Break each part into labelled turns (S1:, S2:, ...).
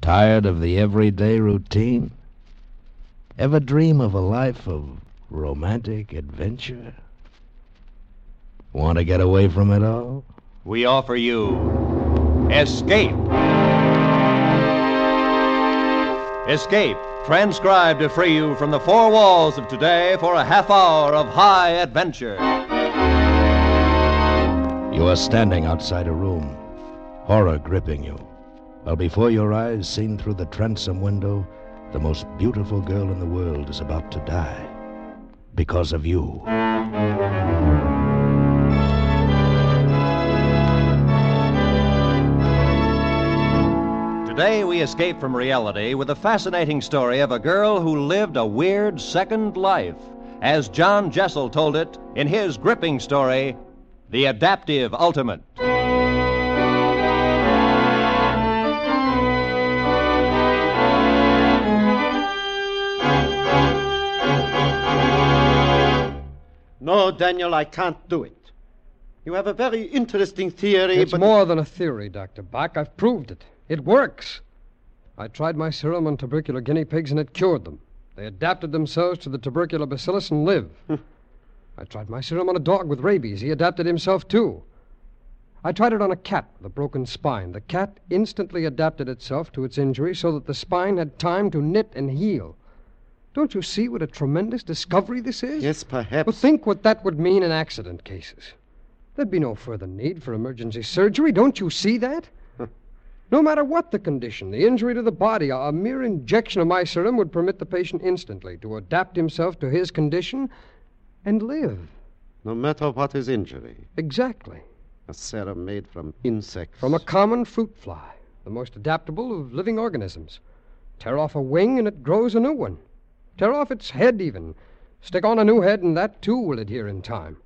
S1: Tired of the everyday routine? Ever dream of a life of romantic adventure? Want to get away from it all?
S2: We offer you Escape. Escape, transcribed to free you from the four walls of today for a half hour of high adventure.
S1: You are standing outside a room, horror gripping you, while before your eyes, seen through the transom window, the most beautiful girl in the world is about to die. Because of you.
S2: Today we escape from reality with the fascinating story of a girl who lived a weird second life, as John Jessel told it in his gripping story, The Adaptive Ultimate.
S3: No, Daniel, I can't do it. You have a very interesting theory,
S4: It's
S3: but
S4: more than a theory, Dr. Bach. I've proved it. It works. I tried my serum on tubercular guinea pigs and it cured them. They adapted themselves to the tubercular bacillus and live.
S3: Hmm.
S4: I tried my serum on a dog with rabies. He adapted himself too. I tried it on a cat with a broken spine. The cat instantly adapted itself to its injury so that the spine had time to knit and heal. Don't you see what a tremendous discovery this is?
S3: yes, perhaps.
S4: Well, think what that would mean in accident cases. There'd be no further need for emergency surgery. Don't you see that? no matter what the condition, the injury to the body, a a mere injection of my serum would permit the patient instantly to adapt himself to his condition and live.
S3: No matter what his injury,
S4: Exactly.
S3: a serum made from insects.
S4: From a common fruit fly, the most adaptable of living organisms. Tear off a wing and it grows a new one. Tear off its head, even. Stick on a new head, and that too will adhere in time.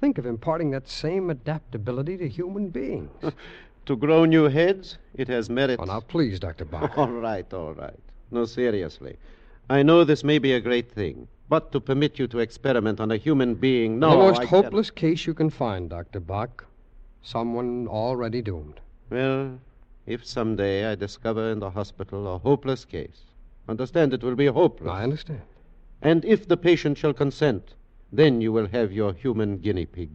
S4: Think of imparting that same adaptability to human beings.
S3: To grow new heads, it has merit.
S4: oh, now, please, Dr. Bach.
S3: All right, all right. No, seriously. I know this may be a great thing, but to permit you to experiment on a human being, no.
S4: the most
S3: I cannot.
S4: hopeless case you can find, Dr. Bach. Someone already doomed.
S3: Well, if someday I discover in the hospital a hopeless case, understand it will be hopeless.
S4: I understand.
S3: And if the patient shall consent, then you will have your human guinea pig.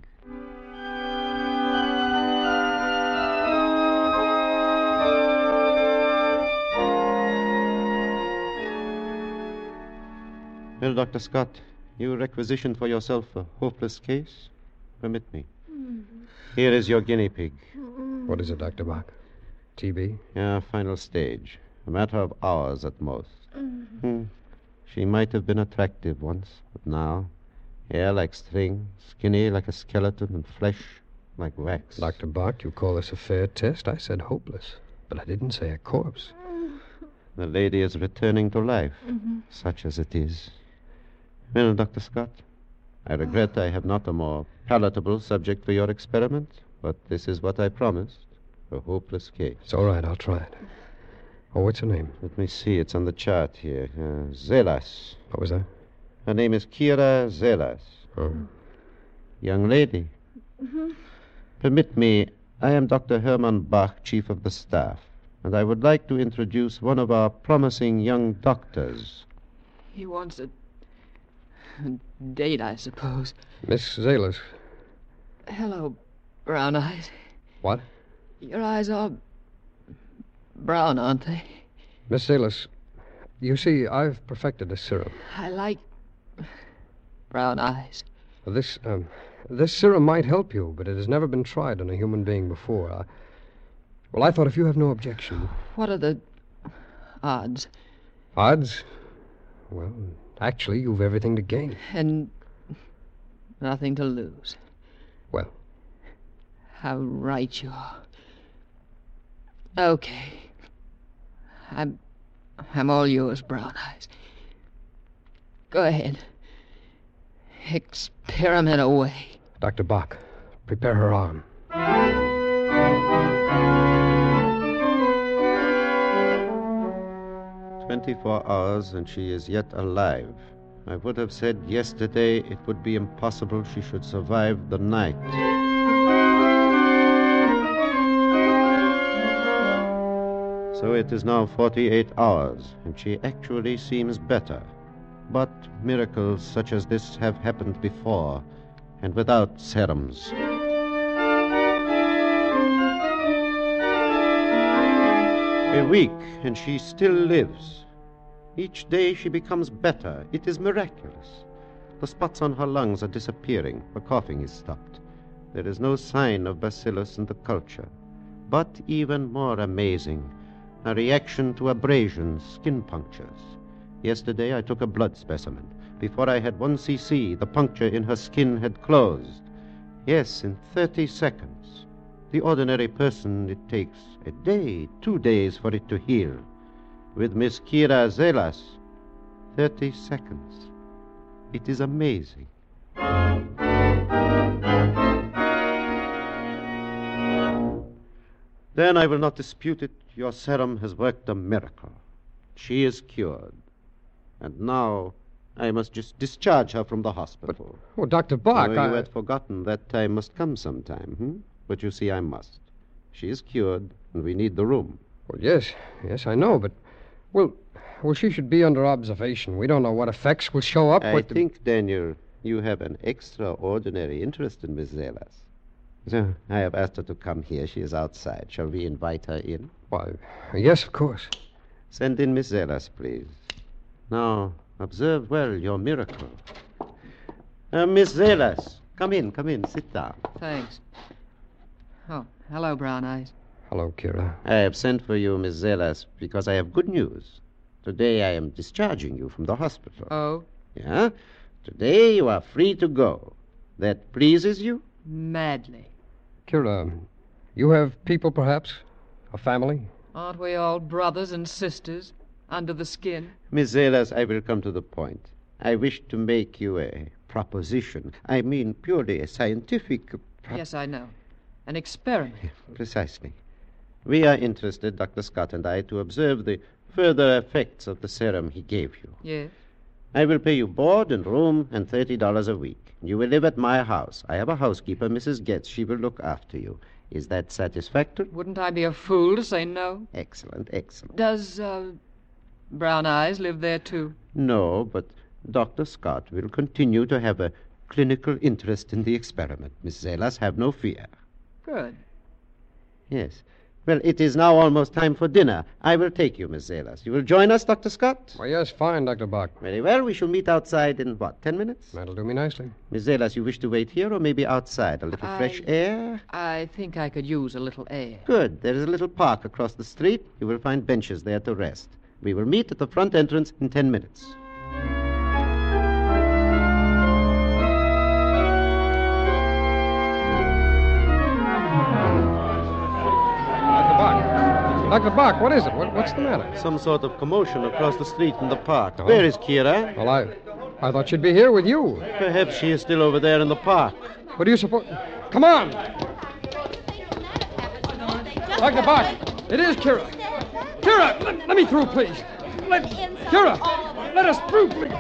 S3: Well, Dr. Scott, you requisitioned for yourself a hopeless case? Permit me. Here is your guinea pig.
S4: What is it, Dr. Bach? TB?
S3: Yeah, final stage. A matter of hours at most. Hmm. She might have been attractive once, but now, hair like string, skinny like a skeleton, and flesh like wax.
S4: Dr. Bach, you call this a fair test? I said hopeless, but I didn't say a corpse.
S3: The lady is returning to life, such as it is. Well, Dr. Scott, I regret I have not a more palatable subject for your experiment, but this is what I promised a hopeless case.
S4: It's all right. I'll try it. Oh, what's her name?
S3: Let me see, it's on the chart here. Uh, Zelas.
S4: What was that?
S3: Her name is Kira Zelas. Mm-hmm.
S4: Oh.
S3: Young lady. Permit me, I am Dr. Hermann Bach, chief of the staff, and I would like to introduce one of our promising young doctors.
S5: He wants a date, I suppose.
S4: Miss Zalis.
S5: Hello, Brown Eyes.
S4: What?
S5: Your eyes are brown, aren't they?
S4: Miss Zalis, you see, I've perfected a serum.
S5: I like brown eyes.
S4: This, um, this serum might help you, but it has never been tried on a human being before. I, well, I thought if you have no objection.
S5: What are the odds?
S4: Odds? Well, actually, you've everything to gain.
S5: And nothing to lose.
S4: Well,
S5: How right you are. Okay. I'm I'm all yours, Brown Eyes. Go ahead. Experiment away.
S4: Dr. Bach, prepare her arm.
S3: Twenty-four hours, and she is yet alive. I would have said yesterday it would be impossible she should survive the night. So it is now 48 hours, and she actually seems better. But miracles such as this have happened before, and without serums. A week, and she still lives. Each day she becomes better. It is miraculous. The spots on her lungs are disappearing. Her coughing is stopped. There is no sign of bacillus in the culture. But even more amazing, a reaction to abrasions, skin punctures. Yesterday I took a blood specimen. Before I had one cc, the puncture in her skin had closed. Yes, in 30 seconds. The ordinary person, it takes a day, two days for it to heal. With Miss Kira Zelas, 30 seconds. It is amazing. Then I will not dispute it. Your serum has worked a miracle. She is cured. And now I must just discharge her from the hospital.
S4: Oh, Dr. Bach,
S3: Though
S4: I...
S3: you had forgotten that time must come sometime, hmm? But you see, I must. She is cured, and we need the room.
S4: Well, yes, yes, I know, but well, well, she should be under observation. We don't know what effects will show up.
S3: I
S4: what the-
S3: think, Daniel, you have an extraordinary interest in Miss Zelas. So I have asked her to come here. She is outside. Shall we invite her in?
S4: Why, yes, of course.
S3: Send in Miss Zelas, please. Now, observe well your miracle. Uh, Miss Zelas, come in, come in, sit down.
S5: Thanks. Oh, hello, Brown Eyes.
S4: Hello, Kira.
S3: I have sent for you, Miss Zelas, because I have good news. Today I am discharging you from the hospital.
S5: Oh,
S3: Yeah? Today you are free to go. That pleases you?
S5: madly.
S4: Kira, you have people, perhaps, a family.
S5: Aren't we all brothers and sisters under the skin?
S3: Miss Zelas, I will come to the point. I wish to make you a proposition. I mean purely a scientific pro-
S5: Yes, I know. An experiment.
S3: Precisely. We are interested, Dr. Scott and I, to observe the further effects of the serum he gave you.
S5: Yes.
S3: I will pay you board and room and $30 a week. You will live at my house. I have a housekeeper, Mrs. Getz. She will look after you. Is that satisfactory?
S5: Wouldn't I be a fool to say no?
S3: Excellent, excellent.
S5: Does uh, Brown Eyes live there too?
S3: No, but Dr. Scott will continue to have a clinical interest in the experiment. Miss Zelas, have no fear.
S5: Good.
S3: Yes. Well, it is now almost time for dinner. I will take you, Miss Zelas. You will join us, Dr. Scott?
S4: Why, yes, fine, Dr. Bach.
S3: Very well. We shall meet outside in what, ten minutes?
S4: That'll do me nicely.
S3: Miss Zelas, you wish to wait here or maybe outside? A little fresh
S5: I-
S3: air?
S5: I think I could use a little air.
S3: Good. There is a little park across the street. You will find benches there to rest. We will meet at the front entrance in ten minutes.
S4: Dr. Bach. Dr. Bach, what is it? What, what's the matter?
S3: Some sort of commotion across the street in the park.
S4: Oh.
S3: Where is Kira?
S4: Well, I, I thought she'd be here with you.
S3: Perhaps she is still over there in the park.
S4: What do you suppose? Come on, Dr.
S6: Dr.
S4: Bach. It is Kira. Kira, let, let me through, please. Let, Kira, let us through, please.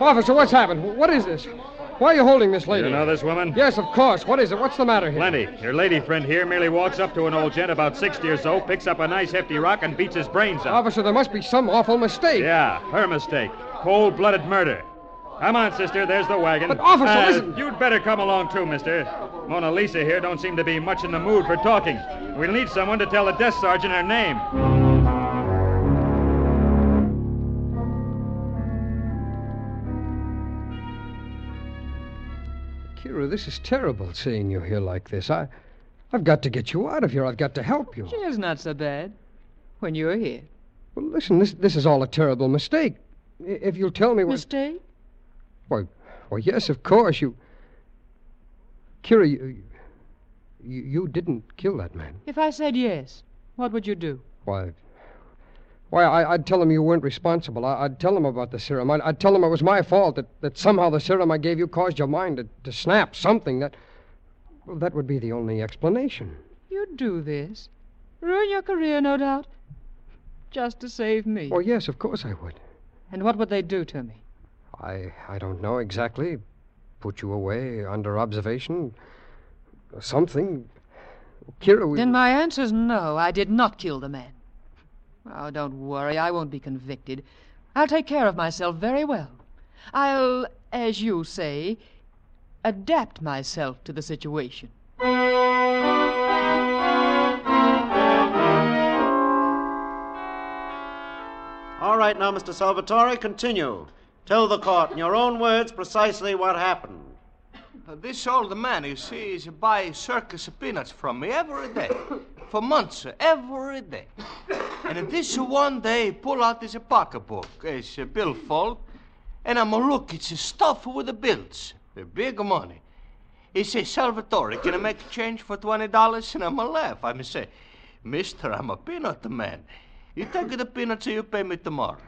S4: Officer, what's happened? Wh- What is this? Why are you holding this lady?
S7: You know this woman?
S4: Yes, of course. What is it? What's the matter here?
S7: Plenty. Your lady friend here merely walks up to an old gent about 60 or so, picks up a nice hefty rock, and beats his brains out.
S4: Officer, there must be some awful mistake.
S7: Yeah, her mistake. Cold blooded murder. Come on, sister. There's the wagon.
S4: But, officer,
S7: Uh,
S4: listen.
S7: You'd better come along, too, mister. Mona Lisa here don't seem to be much in the mood for talking. We'll need someone to tell the desk sergeant her name.
S4: Kira, this is terrible seeing you here like this. I, I've got to get you out of here. I've got to help you.
S5: She is not so bad when you're here.
S4: Well, listen, this, this is all a terrible mistake. I- If you'll tell me what.
S5: Mistake?
S4: Why, why, yes, of course. You. Kira, you, you, you didn't kill that man.
S5: If I said yes, what would you do?
S4: Why? Why, I, I'd tell him you weren't responsible. I, I'd tell him about the serum. I'd, I'd tell him it was my fault that, that somehow the serum I gave you caused your mind to, to snap something that. Well, that would be the only explanation.
S5: You'd do this. Ruin your career, no doubt. Just to save me.
S4: Well, yes, of course I would.
S5: And what would they do to me?
S4: I, I don't know exactly. Put you away under observation. Something. Kira, we.
S5: Then my answer's no. I did not kill the man. Oh, don't worry. I won't be convicted. I'll take care of myself very well. I'll, as you say, adapt myself to the situation.
S6: All right, now, Mr. Salvatore, continue. Tell the court in your own words precisely what happened.
S8: Uh, This old man, you see, is buy circus peanuts from me every day. For months, uh, every day. And uh, this one day, he pull out his pocketbook, his uh, billfold, and I'm uh, look, it's stuffed with the bills, the big money. He say, Salvatore, can I make change for $20? And I'm a laugh. I'm say, mister, I'm a peanut man. You take the peanuts and you pay me tomorrow.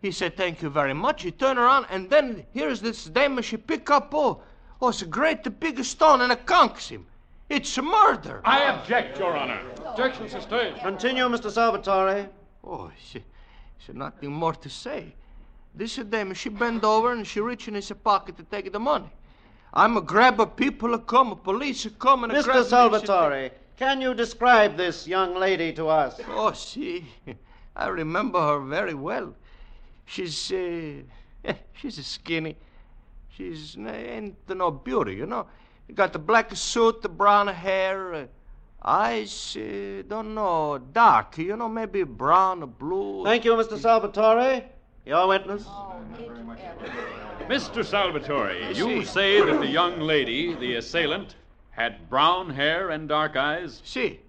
S8: He said, thank you very much. He turn around, and then here's this dame, she pick up, oh, oh it's a great big stone, and it conks him. It's a murder.
S7: I object, Your Honor.
S4: Objection sustained.
S6: Continue, Mr. Salvatore.
S8: Oh, she, she nothing more to say. This dame, she bend over and she reach in his pocket to take the money. I'm a grab a people, a come, a police, a come, and a grab
S6: Mr.
S8: this-
S6: Salvatore, can you describe this young lady to us?
S8: Oh, she, I remember her very well. She's, uh, she's skinny. She's n- ain't no beauty, you know. Got the black suit, the brown hair, uh, eyes, uh, don't know, dark, you know, maybe brown or blue.
S6: Thank you, Mr. Salvatore. Your witness.
S7: Mr. Salvatore, you say that the young lady, the assailant, had brown hair and dark eyes.
S8: She,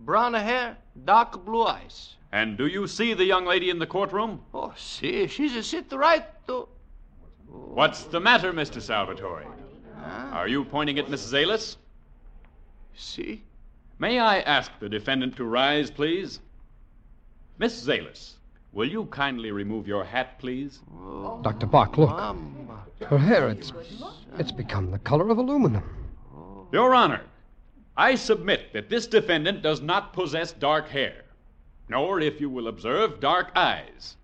S8: brown hair, dark blue eyes.
S7: And do you see the young lady in the courtroom?
S8: Oh, see, she's a sit right to.
S7: What's the matter, Mr. Salvatore? Are you pointing at Mrs. Ailis?
S8: See?
S7: May I ask the defendant to rise, please? Miss Zalis, will you kindly remove your hat, please?
S4: Dr. Bach, look.
S8: Um,
S4: Her hair, it's. It's become the color of aluminum.
S7: Your Honor, I submit that this defendant does not possess dark hair, nor, if you will observe, dark eyes.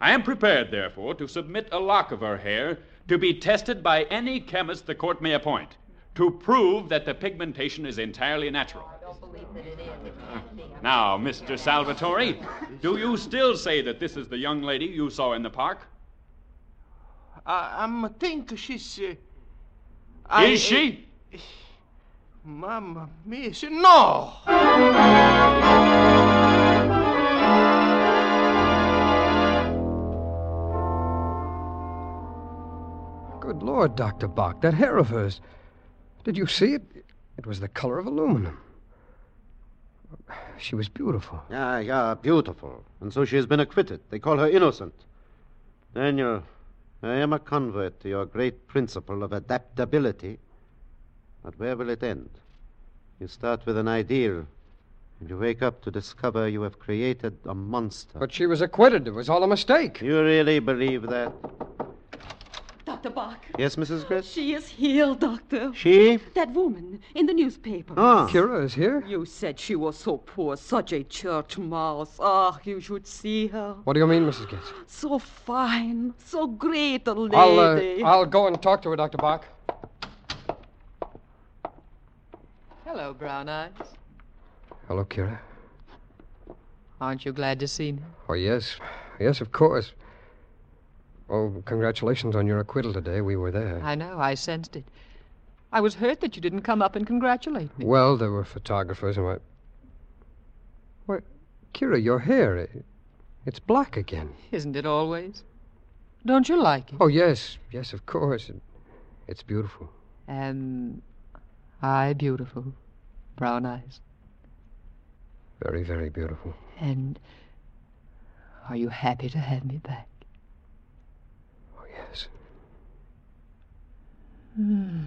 S7: I am prepared, therefore, to submit a lock of her hair to be tested by any chemist the court may appoint to prove that the pigmentation is entirely natural. Now, Mr. Salvatore, do you still say that this is the young lady you saw in the park?
S8: I, I'm think she's. Uh,
S7: Is she?
S8: Mamma mia, she, no!
S4: Good Lord, Dr. Bach, that hair of hers. Did you see it? It was the color of aluminum. She was beautiful.
S3: Ah, yeah, beautiful. And so she has been acquitted. They call her innocent. Daniel, I am a convert to your great principle of adaptability. But where will it end? You start with an ideal, and you wake up to discover you have created a monster.
S4: But she was acquitted. It was all a mistake.
S3: you really believe that?
S9: Dr. Bach,
S3: Yes, Mrs. Grist?
S9: she is healed, Doctor.
S3: She?
S9: That woman in the newspaper.
S4: Oh.
S3: Ah.
S4: Kira is here?
S9: You said she was so poor, such a church mouse. Ah, you should see her.
S4: What do you mean, Mrs. Gates?
S9: So fine, so great a lady.
S4: I'll, uh, I'll go and talk to her, Dr. Bach.
S5: Hello, Brown Eyes.
S4: Hello, Kira.
S5: Aren't you glad to see me?
S4: Oh, yes. Yes, of course. Oh, congratulations on your acquittal today. We were there.
S5: I know, I sensed it. I was hurt that you didn't come up and congratulate me.
S4: Well, there were photographers and I. Why, Kira, your hair. It, it's black again.
S5: Isn't it always? Don't you like it?
S4: Oh, yes. Yes, of course. It, it's beautiful.
S5: Am I beautiful? Brown eyes.
S4: Very, very beautiful.
S5: And are you happy to have me back?
S4: Oh, yes.
S5: Hmm.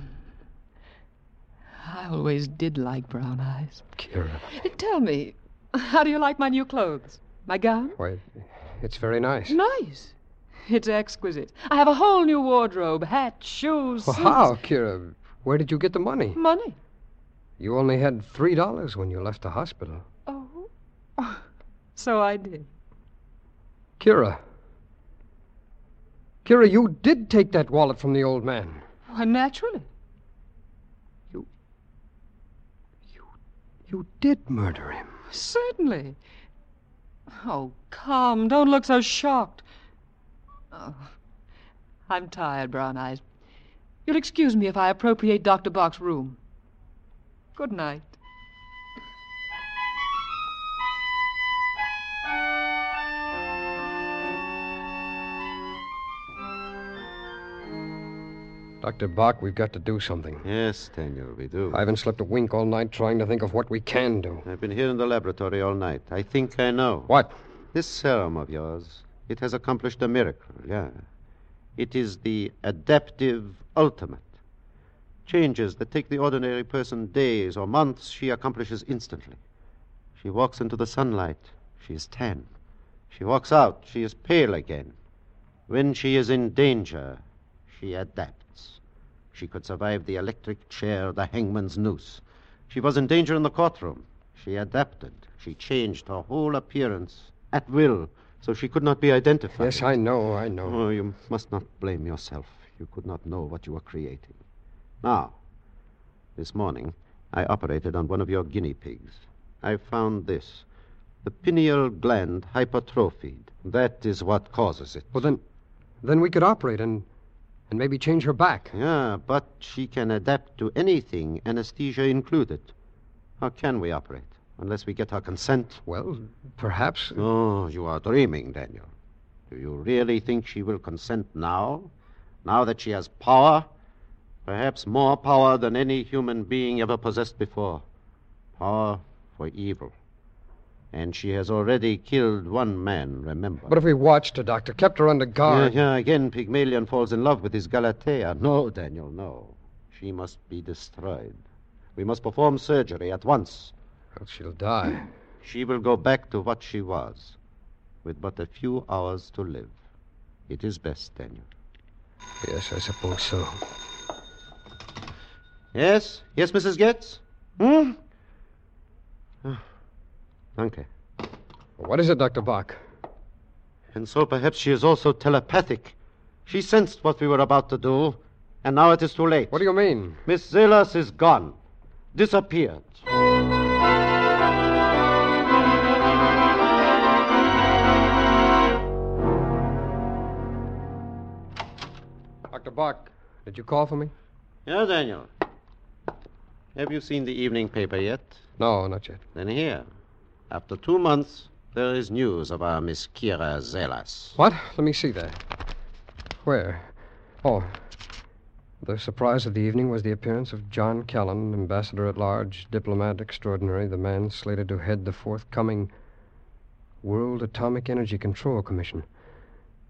S5: I always did like brown eyes.
S4: Kira.
S5: Tell me, how do you like my new clothes? My gown?
S4: Why, it's very nice.
S5: Nice. It's exquisite. I have a whole new wardrobe hat, shoes.
S4: Well,
S5: suits.
S4: how, Kira? Where did you get the money?
S5: Money.
S4: You only had three dollars when you left the hospital.
S5: Oh. So I did.
S4: Kira. Kira, you did take that wallet from the old man.
S5: Why, naturally.
S4: You did murder him.
S5: Certainly. Oh, come, don't look so shocked. Oh, I'm tired, Brown Eyes. You'll excuse me if I appropriate Dr. Bach's room. Good night.
S4: Dr. Bach, we've got to do something.
S3: Yes, Daniel, we do.
S4: I haven't slept a wink all night trying to think of what we can do.
S3: I've been here in the laboratory all night. I think I know.
S4: What?
S3: This serum of yours, it has accomplished a miracle, yeah. It is the adaptive ultimate. Changes that take the ordinary person days or months, she accomplishes instantly. She walks into the sunlight, she is tan. She walks out, she is pale again. When she is in danger, she adapts. She could survive the electric chair, the hangman's noose. She was in danger in the courtroom. She adapted. She changed her whole appearance at will, so she could not be identified.
S4: Yes, I know, I know.
S3: Oh, you must not blame yourself. You could not know what you were creating. Now, this morning, I operated on one of your guinea pigs. I found this the pineal gland hypertrophied. That is what causes it.
S4: Well, then, then we could operate and, and maybe change her back.
S3: Yeah, but she can adapt to anything, anesthesia included. How can we operate unless we get her consent?
S4: Well, perhaps.
S3: Oh, you are dreaming, Daniel. Do you really think she will consent now? Now that she has power? Perhaps more power than any human being ever possessed before. Power for evil. And she has already killed one man, remember.
S4: But if we watched her, Doctor, kept her under
S3: Yeah,
S4: guard.
S3: yeah, again, Pygmalion falls in love with his Galatea. No, Daniel, no. She must be destroyed. We must perform surgery at once.
S4: Else she'll die.
S3: She will go back to what she was, with but a few hours to live. It is best, Daniel.
S4: yes, I suppose so.
S3: Yes? Yes, Mrs. Getz? Hmm? Ah, Danke.
S4: What is it, Dr. Bach?
S3: And so perhaps she is also telepathic. She sensed what we were about to do, and now it is too late.
S4: What do you mean?
S3: Miss Zelas is gone. Disappeared.
S4: Dr. Bach, did you call for me?
S3: Yeah, Daniel. Have you seen the evening paper yet?
S4: No, not yet.
S3: Then here. After two months, there is news of our Miss Kira Zelas.
S4: What? Let me see that. Where? Oh. The surprise of the evening was the appearance of John Callan, ambassador at large, diplomat extraordinary, the man slated to head the forthcoming World Atomic Energy Control Commission.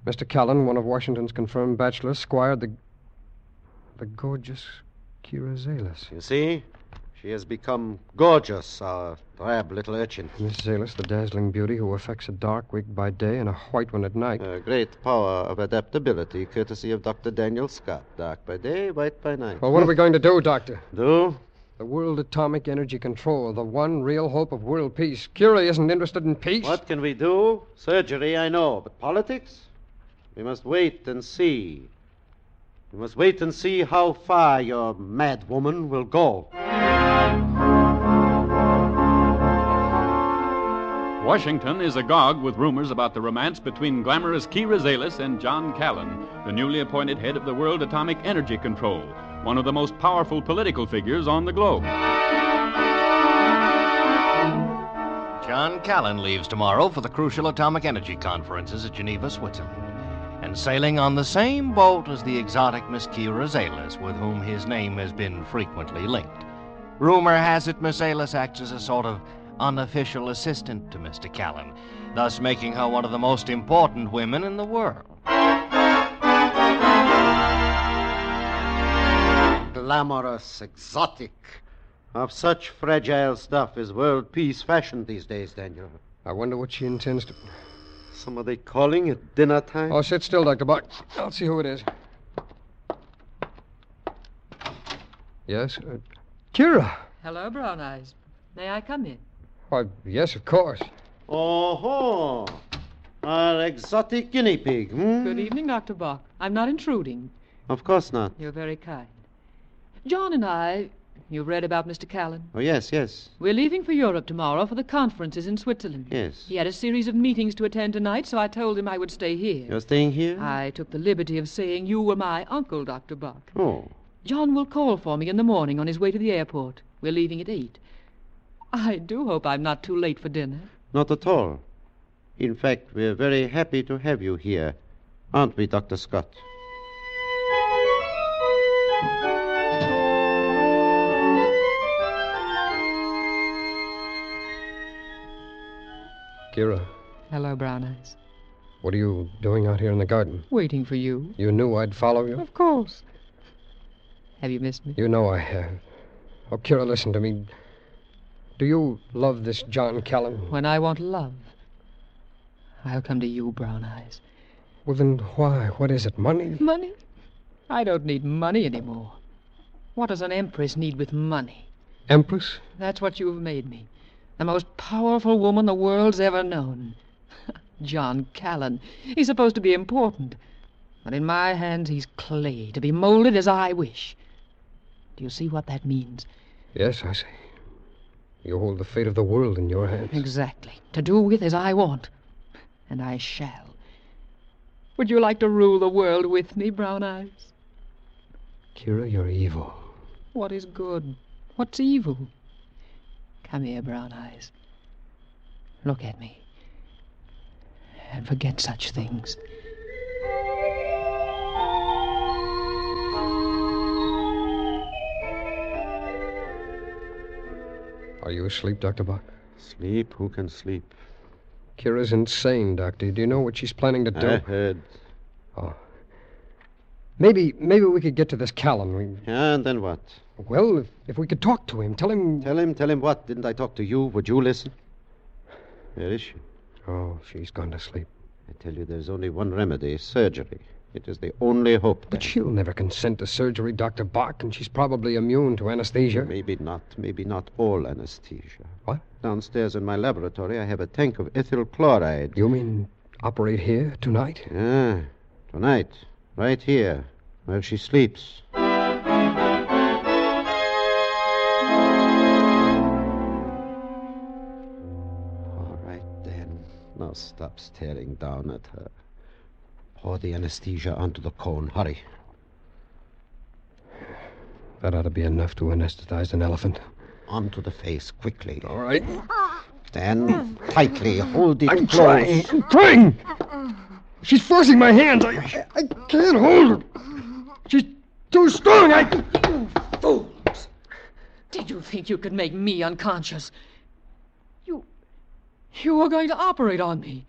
S4: Mr. Callan, one of Washington's confirmed bachelors, squired the. the gorgeous Kira Zalis.
S3: You see? She has become gorgeous, our drab little urchin.
S4: Miss Zalis, the dazzling beauty who affects a dark wig by day and a white one at night.
S3: A great power of adaptability, courtesy of Dr. Daniel Scott. Dark by day, white by night.
S4: well, what are we going to do, Doctor?
S3: Do?
S4: The World Atomic Energy Control, the one real hope of world peace. Curie isn't interested in peace.
S3: What can we do? Surgery, I know, but politics? We must wait and see. We must wait and see how far your mad woman will go.
S7: Washington is agog with rumors about the romance between glamorous Kira Zalis and John Callan, the newly appointed head of the World Atomic Energy Control, one of the most powerful political figures on the globe.
S8: John Callan leaves tomorrow for the crucial atomic energy conferences at Geneva, Switzerland. And sailing on the same boat as the exotic Miss Kira Zalis, with whom his name has been frequently linked. Rumor has it Miss Zalis acts as a sort of unofficial assistant to Mr. Callan, thus making her one of the most important women in the world.
S3: Glamorous, exotic. Of such fragile stuff is world peace fashioned these days, Daniel.
S4: I wonder what she intends to.
S3: Some are they calling at dinner time?
S4: Oh, sit still, Dr. Buck. I'll see who it is. Yes? Uh, Kira!
S5: Hello, Brown Eyes. May I come in?
S4: Why, yes, of course.
S3: Oh, our exotic guinea pig. hmm?
S5: Good evening, Dr. Bach. I'm not intruding.
S3: Of course not.
S5: You're very kind. John and I, You've read about Mr. Callan.
S3: Oh, yes, yes,
S5: We're leaving for Europe tomorrow for the conferences in Switzerland.
S3: yes.
S5: He had a series of meetings to attend tonight, so I told him I would stay here.
S3: You're staying here?
S5: I took the liberty of saying you were my uncle, Dr. Buck.
S3: Oh,
S5: John will call for me in the morning on his way to the airport. We're leaving at eight. I do hope I'm not too late for dinner.
S3: not at all. In fact, we're very happy to have you here. Aren't we, Dr. Scott?
S4: Kira,
S5: Hello, Brown Eyes.
S4: what are you doing out here in the garden?
S5: Waiting for you.
S4: You knew I'd follow you?
S5: Of course. Have you missed me?
S4: You know I have. Oh, Kira, listen to me. Do you love this John Callan?
S5: When I want love, I'll come to you, Brown Eyes.
S4: Well, then why? What is it? Money?
S5: Money? I don't need money anymore. What does an empress need with money?
S4: Empress?
S5: That's what you've made me. The most powerful woman the world's ever known. John Callan. He's supposed to be important. But in my hands, he's clay to be molded as I wish. Do you see what that means?
S4: Yes, I see. You hold the fate of the world in your hands.
S5: Exactly. To do with as I want. And I shall. Would you like to rule the world with me, Brown Eyes?
S4: Kira, you're evil.
S5: What is good? What's evil? Come here, Brown Eyes. Look at me. And forget such things.
S4: Are you asleep, Dr. Buck?
S3: Sleep? Who can sleep?
S4: Kira's insane, Doctor. Do you know what she's planning to do?
S3: I heard.
S4: Maybe maybe we could get to this Callan. We,
S3: And then what?
S4: well, if, if we could talk to him, tell him.
S3: Tell him, tell him what? Didn't I talk to you? Would you listen? Where is she?
S4: Oh, she's gone to sleep.
S3: I tell you, there's only one remedy surgery. It is the only hope.
S4: But
S3: then.
S4: she'll never consent to surgery, Dr. Bach, and she's probably immune to anesthesia.
S3: Maybe not, maybe not all anesthesia.
S4: What?
S3: Downstairs in my laboratory, I have a tank of ethyl chloride.
S4: You mean operate here tonight?
S3: Ah, tonight, right here, while she sleeps. All right, then. Now stop staring down at her. Pour the anesthesia onto the cone. Hurry.
S4: That ought to be enough to anesthetize an elephant.
S3: Onto the face, quickly.
S4: All right.
S3: Then, tightly, hold it
S4: I'm
S3: close.
S4: trying. I'm trying. She's forcing my hands. I, I can't hold her. She's too strong. I.
S5: Did you think you could make me unconscious? You. You were going to operate on me.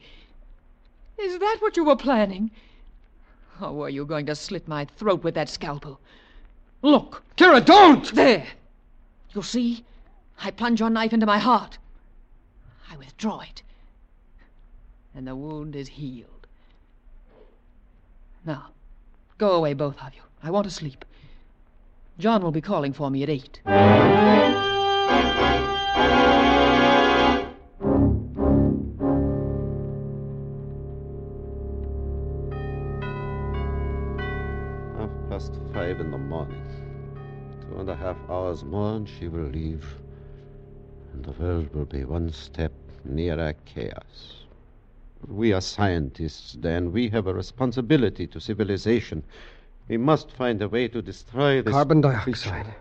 S5: Is that what you were planning? Or were you going to slit my throat with that scalpel? Look,
S4: Kira, don't!
S5: there! You see? I plunge your knife into my heart. I withdraw it. And the wound is healed. Now, go away, both of you. I want to sleep. John will be calling for me at eight.
S3: Half past five in the morning. Two and a half hours more, and she will leave. And the world will be one step nearer chaos. We are scientists, Dan. We have a responsibility to civilization. We must find a way to destroy this.
S4: Carbon dioxide.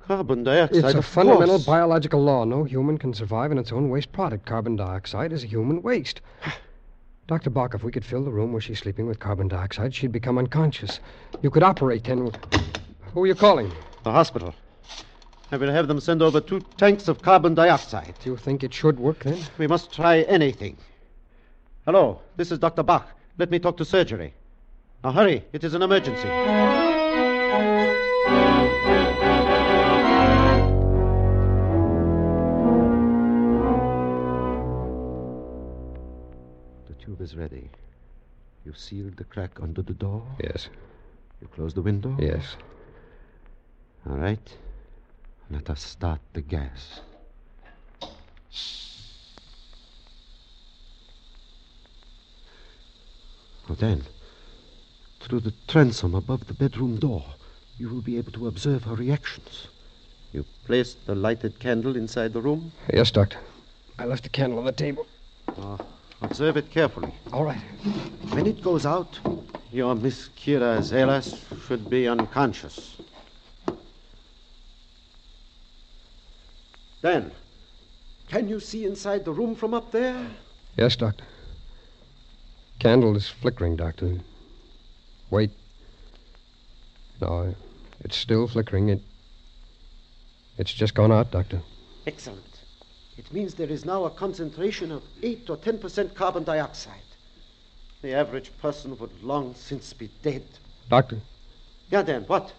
S3: Carbon dioxide.
S4: It's a
S3: of
S4: fundamental
S3: course.
S4: biological law. No human can survive in its own waste product. Carbon dioxide is a human waste. Dr. Bach, if we could fill the room where she's sleeping with carbon dioxide, she'd become unconscious. You could operate then. with- Who are you calling?
S3: The hospital. I will have them send over two tanks of carbon dioxide.
S4: Do you think it should work then?
S3: We must try anything. Hello, this is Dr. Bach. Let me talk to surgery. Now hurry, it is an emergency. The tube is ready. You sealed the crack under the door?
S4: Yes.
S3: You closed the window?
S4: Yes.
S3: All right. Let us start the gas. Well, then, through the transom above the bedroom door,
S10: You will be able to observe her reactions.
S3: You placed the lighted candle inside the room?
S4: Yes, Doctor. I left the candle on the table.
S3: Uh, observe it carefully.
S4: All right.
S3: When it goes out, your Miss Kira Zelas should be unconscious. Dan, can you see inside the room from up there?
S4: Yes, Doctor. Candle is flickering, Doctor. Wait. No, it's still flickering. It. It's just gone out, Doctor.
S3: Excellent. It means there is now a concentration of 8 or 10% carbon dioxide. The average person would long since be dead.
S4: Doctor,
S3: Yeah, Dan, what?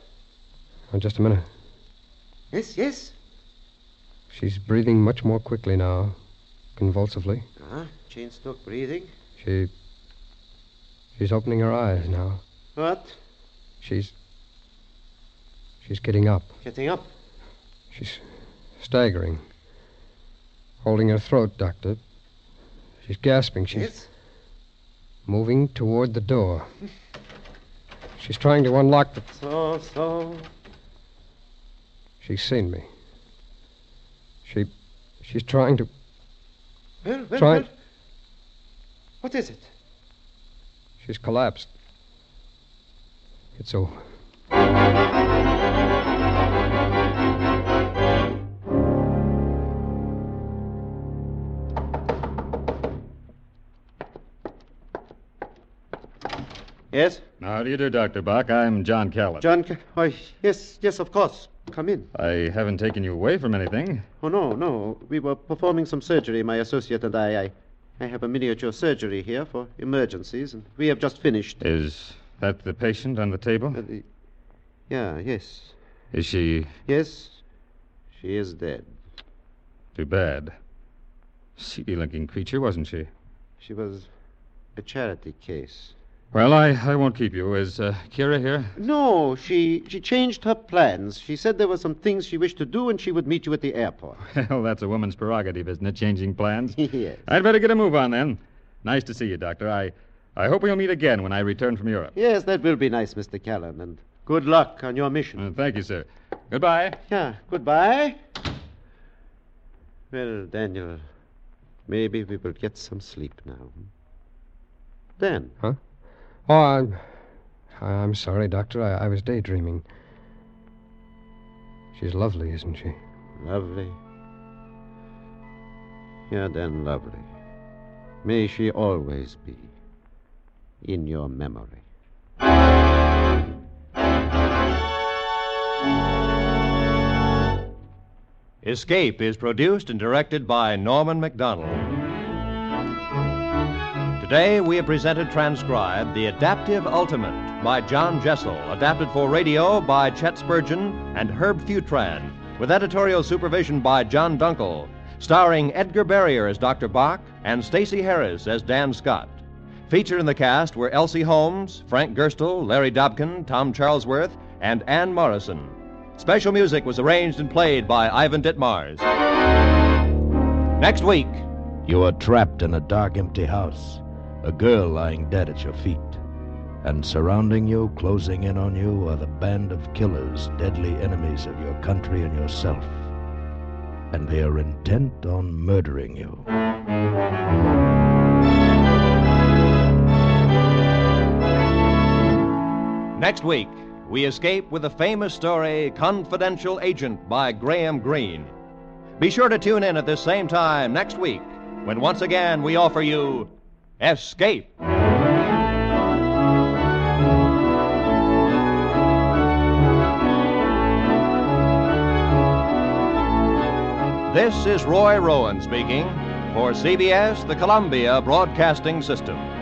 S4: now just a minute.
S3: Yes, yes.
S4: She's breathing much more quickly now, convulsively.
S3: Ah, chain smoke breathing.
S4: She. She's opening her eyes now.
S3: What?
S4: She's. She's getting up.
S3: Getting up.
S4: She's staggering. Holding her throat, Doctor. She's gasping. She's
S3: Yes.
S4: moving toward the door. She's trying to unlock the.
S3: So, so.
S4: She's seen me. She. She's trying to.
S3: Well, well,
S4: Try-
S3: well. What is it?
S4: She's collapsed. It's over.
S3: Yes?
S11: How do you do, Dr. Bach? I'm John Callan.
S3: John, Ca- why, yes, yes, of course. Come in.
S11: I haven't taken you away from anything.
S3: Oh, no, no. We were performing some surgery, my associate and I. I, I have a miniature surgery here for emergencies, and we have just finished.
S11: Is that the patient on the table?
S3: Uh, the- yeah, yes.
S11: Is she
S3: Yes, she is dead.
S11: too bad? Seedy looking creature, wasn't she?
S3: She was a charity case.
S11: Well, I, I won't keep you. Is uh, Kira here?
S3: No, she, she changed her plans. She said there were some things she wished to do, and she would meet you at the airport.
S11: Well, that's a woman's prerogative, isn't it? Changing plans.
S3: yes.
S11: I'd better get a move on then. Nice to see you, Doctor. I, I hope we'll meet again when I return from Europe.
S3: Yes, that will be nice, Mr. Callan, and good luck on your mission.
S11: Uh, thank you, sir. Goodbye.
S3: Yeah, goodbye. Well, Daniel, maybe we will get some sleep now. Then,
S4: Oh, I'm. I'm sorry, Doctor. I, I was daydreaming. She's lovely, isn't she?
S3: lovely. Yeah, then, lovely. May she always be in your memory.
S2: Escape is produced and directed by Norman MacDonald. Today we have presented transcribed The Adaptive Ultimate by John Jessel, adapted for radio by Chet Spurgeon and Herb Futran, with editorial supervision by John Dunkel, starring Edgar Barrier as Dr. Bach and Stacy Harris as Dan Scott. Featured in the cast were Elsie Holmes, Frank Gerstle, Larry Dobkin, Tom Charlesworth, and Ann Morrison. Special music was arranged and played by Ivan Ditmars. Next week,
S1: You are trapped in a dark, empty house, a girl lying dead at your feet. And surrounding you, closing in on you, are the band of killers, deadly enemies of your country and yourself. And they are intent on murdering you.
S2: next week, we escape with the famous story Confidential Agent by Graham Greene. Be sure to tune in at this same time next week when once again we offer you Escape. This is Roy Rowan speaking for CBS, the Columbia Broadcasting System.